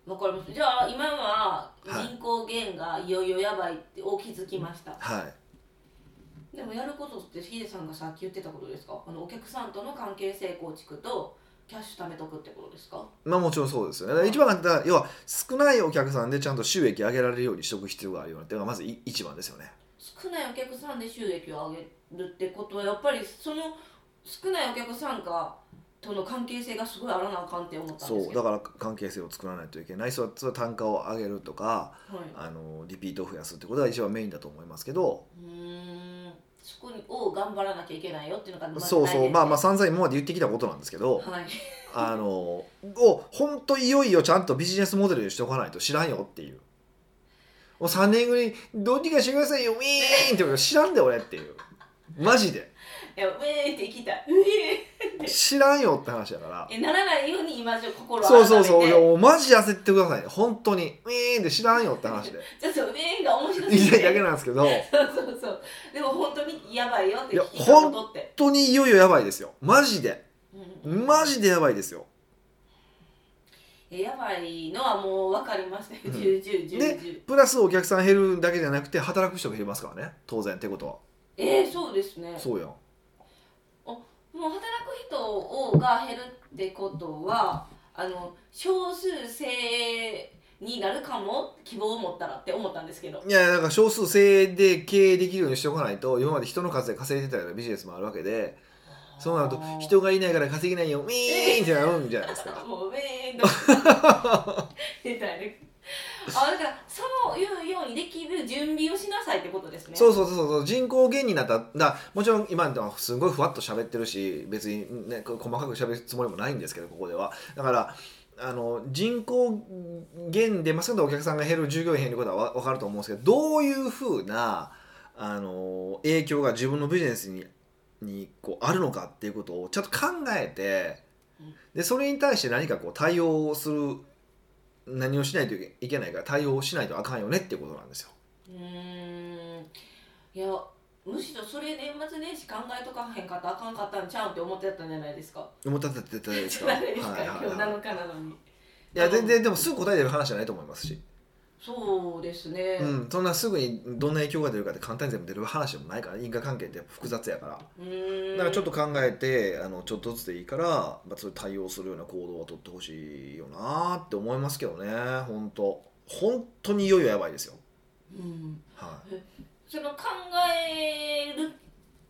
[SPEAKER 2] わかりましたじゃあ今は人口減がいよいよやばいってお気づきました、
[SPEAKER 1] はい
[SPEAKER 2] でもやることってヒデさんがさっき言ってたことですかあのお客さんとの関係性構築とキャッシュ貯めとくってことですか
[SPEAKER 1] まあもちろんそうですよねだから一番簡単な要は少ないお客さんでちゃんと収益上げられるようにしておく必要があるよねっていうのがまずい一番ですよね
[SPEAKER 2] 少ないお客さんで収益を上げるってことはやっぱりその少ないお客さんかとの関係性がすごいあらなあかんって思ったん
[SPEAKER 1] そ
[SPEAKER 2] です
[SPEAKER 1] う
[SPEAKER 2] け
[SPEAKER 1] だ
[SPEAKER 2] ど
[SPEAKER 1] から関係性を作らないといけないそれはそれは単価を上げるとか
[SPEAKER 2] はいう
[SPEAKER 1] あのリピートを増やすってことが一番メインだと思いますけど
[SPEAKER 2] ーんそこを頑張らなきゃいけないよっていうのがまず
[SPEAKER 1] そうそうまあまあ
[SPEAKER 2] 大
[SPEAKER 1] 散々今まで言ってきたことなんですけど、
[SPEAKER 2] 変ですねはい
[SPEAKER 1] あのを本当いよいよちゃんとビジネスモデルにしておかないと知らんよっていうもう3年後に「どうにかしてくださいよウィーン!」って言うけど知らんで俺っていうマジで
[SPEAKER 2] いやウェーって行きたい
[SPEAKER 1] 知らんよって話だから
[SPEAKER 2] えならないように今じゃ心を
[SPEAKER 1] そうそう
[SPEAKER 2] 改
[SPEAKER 1] そう
[SPEAKER 2] め
[SPEAKER 1] い
[SPEAKER 2] て
[SPEAKER 1] やもうマジ焦ってくださいね本当にウィーンって知らんよって話で
[SPEAKER 2] ちょっとウェーンが面白す
[SPEAKER 1] 言
[SPEAKER 2] ぎ
[SPEAKER 1] いたいだ
[SPEAKER 2] て
[SPEAKER 1] けなんですけど本
[SPEAKER 2] そうそうそうでも本当にやばいよって
[SPEAKER 1] いや
[SPEAKER 2] 聞いたことって
[SPEAKER 1] 当にいよいよやばいですよマジで
[SPEAKER 2] うん
[SPEAKER 1] マジでやばいですよ
[SPEAKER 2] えやばいのはもう分かりましたよ、
[SPEAKER 1] うん
[SPEAKER 2] 重々重々
[SPEAKER 1] プラスお客さん減るだけじゃなくて働く人が減りますからね当然ってことは
[SPEAKER 2] えー、そうですね
[SPEAKER 1] そうよ
[SPEAKER 2] もう働く人をが減るってことはあの少数制になるかも希望を持ったらって思ったんですけど
[SPEAKER 1] いやだから少数精鋭で経営できるようにしておかないと今まで人の数で稼いでたようなビジネスもあるわけでそうなると人がいないから稼げないよウィーンってなるんじゃないですか
[SPEAKER 2] もうウェーン と出たねあだからそういうようにできる準備をしなさいってことですね
[SPEAKER 1] そうそうそうそう人口減になっただもちろん今ではすごいふわっと喋ってるし別に、ね、こう細かく喋るつもりもないんですけどここではだからあの人口減でまあそういうのお客さんが減る従業員減ることはわ分かると思うんですけどどういうふうなあの影響が自分のビジネスににこうあるのかっていうことをちゃんと考えて
[SPEAKER 2] うん
[SPEAKER 1] でそれに対して何かこう対応をする何をしないといけないから対応しないとあかんよねっていうことなんですよ。
[SPEAKER 2] うーんいやむしろそれ年末年始考えとかへんかったらあかんかったんちゃうんって思ってたんじゃないですか
[SPEAKER 1] もうたたてたですか。
[SPEAKER 2] じゃ ないですか、
[SPEAKER 1] はいはい
[SPEAKER 2] 今日
[SPEAKER 1] はい
[SPEAKER 2] 7日なのに
[SPEAKER 1] いや全然でもすぐ答えてる話じゃないと思いますし、
[SPEAKER 2] そうですね
[SPEAKER 1] う、ん、そんなすぐにどんな影響が出るかって簡単に全部出る話でもないから因果関係って複雑やから
[SPEAKER 2] うーん
[SPEAKER 1] だからちょっと考えてあのちょっとずつでいいから、まあ、そういう対応するような行動を取ってほしいよなって思いますけどね本当本当にいよいよやばいですよ、
[SPEAKER 2] うん、
[SPEAKER 1] は
[SPEAKER 2] その考える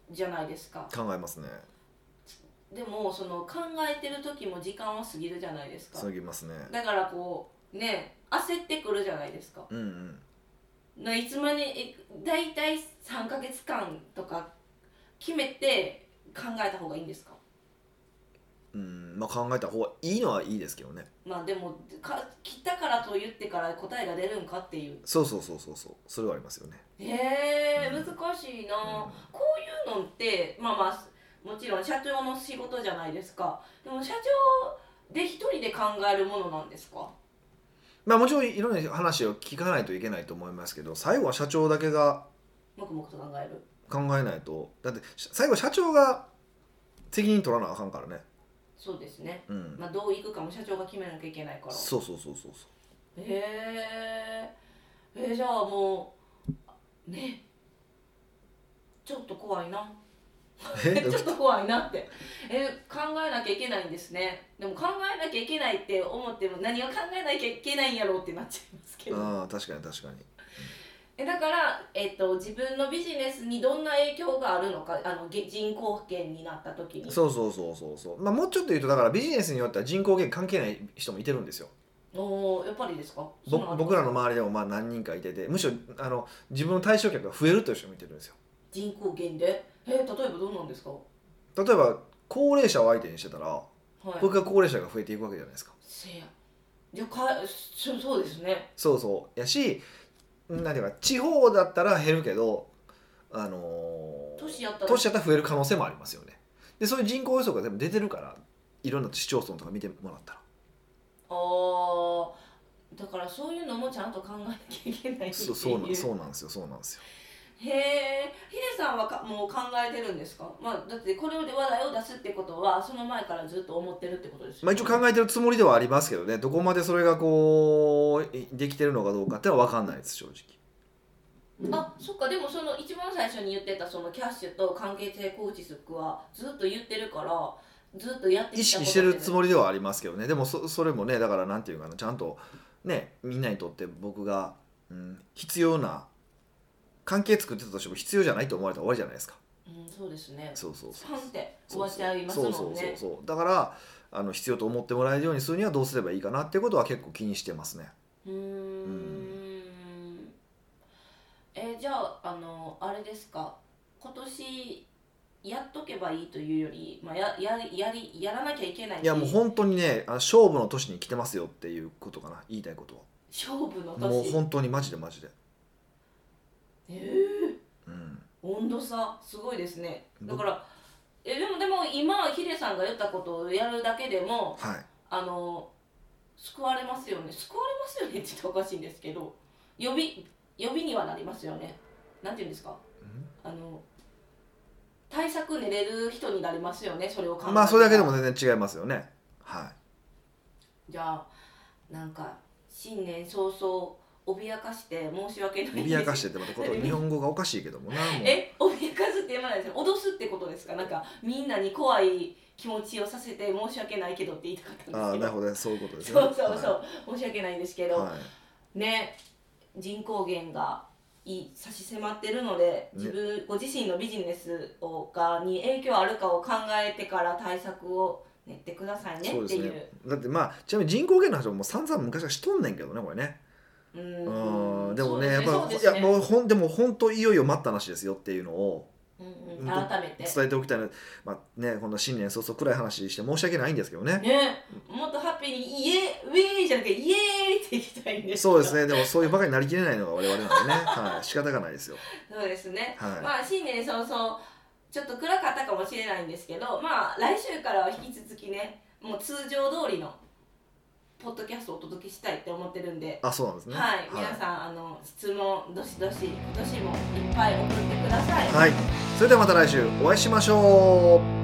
[SPEAKER 2] じゃないですか
[SPEAKER 1] い、考えますね
[SPEAKER 2] でもその考えてる時も時間は過ぎるじゃないですか
[SPEAKER 1] 過ぎますね
[SPEAKER 2] だからこうね焦ってくるじゃないですか
[SPEAKER 1] うんうん
[SPEAKER 2] ないつまでえ大体3ヶ月間とか決めて考えた方がいいんですか
[SPEAKER 1] うんまあ、考えた方がいいのはいいですけどね
[SPEAKER 2] まあでもか切ったからと言ってから答えが出るんかっていう
[SPEAKER 1] そうそうそうそうそうそれはありますよね、
[SPEAKER 2] へえ
[SPEAKER 1] う
[SPEAKER 2] 難
[SPEAKER 1] ん
[SPEAKER 2] しいな、
[SPEAKER 1] うん
[SPEAKER 2] こういうのってまあまあもちろん社長の仕事じゃないですかでも社長で一人で考えるものなんですか
[SPEAKER 1] まあ、もちろんいろんな話を聞かないといけないと思いますけど最後は社長だけが
[SPEAKER 2] 黙々と考える
[SPEAKER 1] 考えないとだってし最後社長が責任取らなあかんからね
[SPEAKER 2] そうですね
[SPEAKER 1] うん、
[SPEAKER 2] まあどういくかも社長が決めなきゃいけないから
[SPEAKER 1] そうそうそうそうそ
[SPEAKER 2] へーえー、じゃあもうねちょっと怖いな
[SPEAKER 1] う
[SPEAKER 2] ち
[SPEAKER 1] え
[SPEAKER 2] ょっと怖いなってえ考えなきゃいけないんですねでも考えなきゃいけないって思っても何を考えなきゃいけないんやろうってなっちゃいますけど
[SPEAKER 1] ああ確かに確かに
[SPEAKER 2] えだから、えっと自分のビジネスにどんな影響があるのかあのげ人口減になった時に
[SPEAKER 1] そうそうそうそうそうまあもうちょっと言うとだからビジネスによっては人口減関係ない人もいてるんですよ
[SPEAKER 2] おーやっぱりですか
[SPEAKER 1] ぼ
[SPEAKER 2] そうなんだ
[SPEAKER 1] 僕らの周りでもまあ何人かいててむしろあの自分の対象客が増えるという人もいてるんですよ
[SPEAKER 2] 人口減でえ例えばどうなんですか
[SPEAKER 1] 例えば高齢者を相手にしてたら
[SPEAKER 2] はい
[SPEAKER 1] 僕が高齢者が増えていくわけじゃないですか
[SPEAKER 2] せやじゃあかそそうですね
[SPEAKER 1] そうそうやしなんていうか地方だったら減るけどあのー
[SPEAKER 2] 年やったら
[SPEAKER 1] 年やったら増える可能性もありますよねでそういう人口予測が全部出てるからいろんな市町村とか見てもらったら
[SPEAKER 2] あーだからそういうのもちゃんと考えなきゃいけないってい
[SPEAKER 1] そうそうなそうなんですよそうなんですよ
[SPEAKER 2] へえヒデさんはかもう考えてるんですか、まあ、だってこれで話題を出すってことはその前からずっと思ってるってことですよ
[SPEAKER 1] まあ、一応考えてるつもりではありますけどねどこまでそれがこういできてるのかどうかってのは分かんないです正直
[SPEAKER 2] あそっかでもその一番最初に言ってたそのキャッシュと関係性構築はずっと言ってるからずっとやって
[SPEAKER 1] 意
[SPEAKER 2] きた
[SPEAKER 1] 識してるつも
[SPEAKER 2] り
[SPEAKER 1] りではありますけどねでもそそれもねだからなんていうかなちゃんとねみんなにとって僕が、うん、必要な関係作ってたとしても必要じゃないと思われたら終わりじゃないですか
[SPEAKER 2] うんそうですね
[SPEAKER 1] そうそうそう
[SPEAKER 2] パンって終わっちゃいますもんね
[SPEAKER 1] そうそうそうそうだからあの必要と思ってもらえるようにするにはどうすればいいかなってことは結構気にしてますね
[SPEAKER 2] うーんえじゃああのあれですか今年やっとけばいいというより、まあ、やややりやらなきゃいけない
[SPEAKER 1] いやもう本当にねあの勝負の年に来てますよっていうことかな言いたいことは
[SPEAKER 2] 勝負の
[SPEAKER 1] もう
[SPEAKER 2] 年
[SPEAKER 1] 本当にマジでマジで
[SPEAKER 2] えー
[SPEAKER 1] うん
[SPEAKER 2] 温度差すごいですねだ
[SPEAKER 1] 僕
[SPEAKER 2] からえでもでも今ヒデさんが言ったことをやるだけでも
[SPEAKER 1] はい
[SPEAKER 2] あの救われますよね救われますよねって言ったらおかしいんですけど呼び呼びにはなりますよねなんて言うんですかあの対策練れる人になりますよねそれを考えて
[SPEAKER 1] まあそれだけでも全然違いますよねは
[SPEAKER 2] じゃあなんか新年早々脅かして申し訳ない
[SPEAKER 1] い
[SPEAKER 2] です
[SPEAKER 1] 脅かしてってまた こと日本語がおかしいけどもなもう
[SPEAKER 2] え脅かすって言わないですね脅すってことですかなんかみんなに怖い気持ちをさせて申し訳ないけどって言いたかったんですけど
[SPEAKER 1] ああなるほどねそういうことですね
[SPEAKER 2] そうそうそう、申し訳ないんですけど、
[SPEAKER 1] はいはい
[SPEAKER 2] ね人口減がい差し迫ってるので自分、ご自身のビジネスをがに影響あるかを考えてから対策を練ってくださいね
[SPEAKER 1] そう
[SPEAKER 2] っ
[SPEAKER 1] で
[SPEAKER 2] て
[SPEAKER 1] す
[SPEAKER 2] いう
[SPEAKER 1] ねだってまあちなみに人口減の話ももう散々昔はしとんねんけどねこれね
[SPEAKER 2] う
[SPEAKER 1] うんんでもねやっ
[SPEAKER 2] そう
[SPEAKER 1] ぱ
[SPEAKER 2] で
[SPEAKER 1] りい
[SPEAKER 2] す
[SPEAKER 1] や
[SPEAKER 2] ね
[SPEAKER 1] もうほんでも本当いよいよ待ったなしですよっていうのを
[SPEAKER 2] うんうん改めて
[SPEAKER 1] 伝えておきたいのまあねこんな新年早々暗い話して申し訳ないんですけどね
[SPEAKER 2] ねもっとハッピーに「イエーウェイ!」じゃなくて「イエーイ!」っていきたいんですけ
[SPEAKER 1] そ
[SPEAKER 2] ど
[SPEAKER 1] うですねでもそういうバカになりきれないのが我々なんでねはい仕方がないですよ
[SPEAKER 2] そうですね、
[SPEAKER 1] はい
[SPEAKER 2] まあ新年早々ちょっと暗かったかもしれないんですけどまあ来週からは引き続きねもう通常通りのポッドキャストをお届けしたいって思ってるんで、
[SPEAKER 1] あそうなんですね
[SPEAKER 2] はい、皆さんあの質問どしどし今年もいっぱい送ってください
[SPEAKER 1] はい、それではまた来週お会いしましょう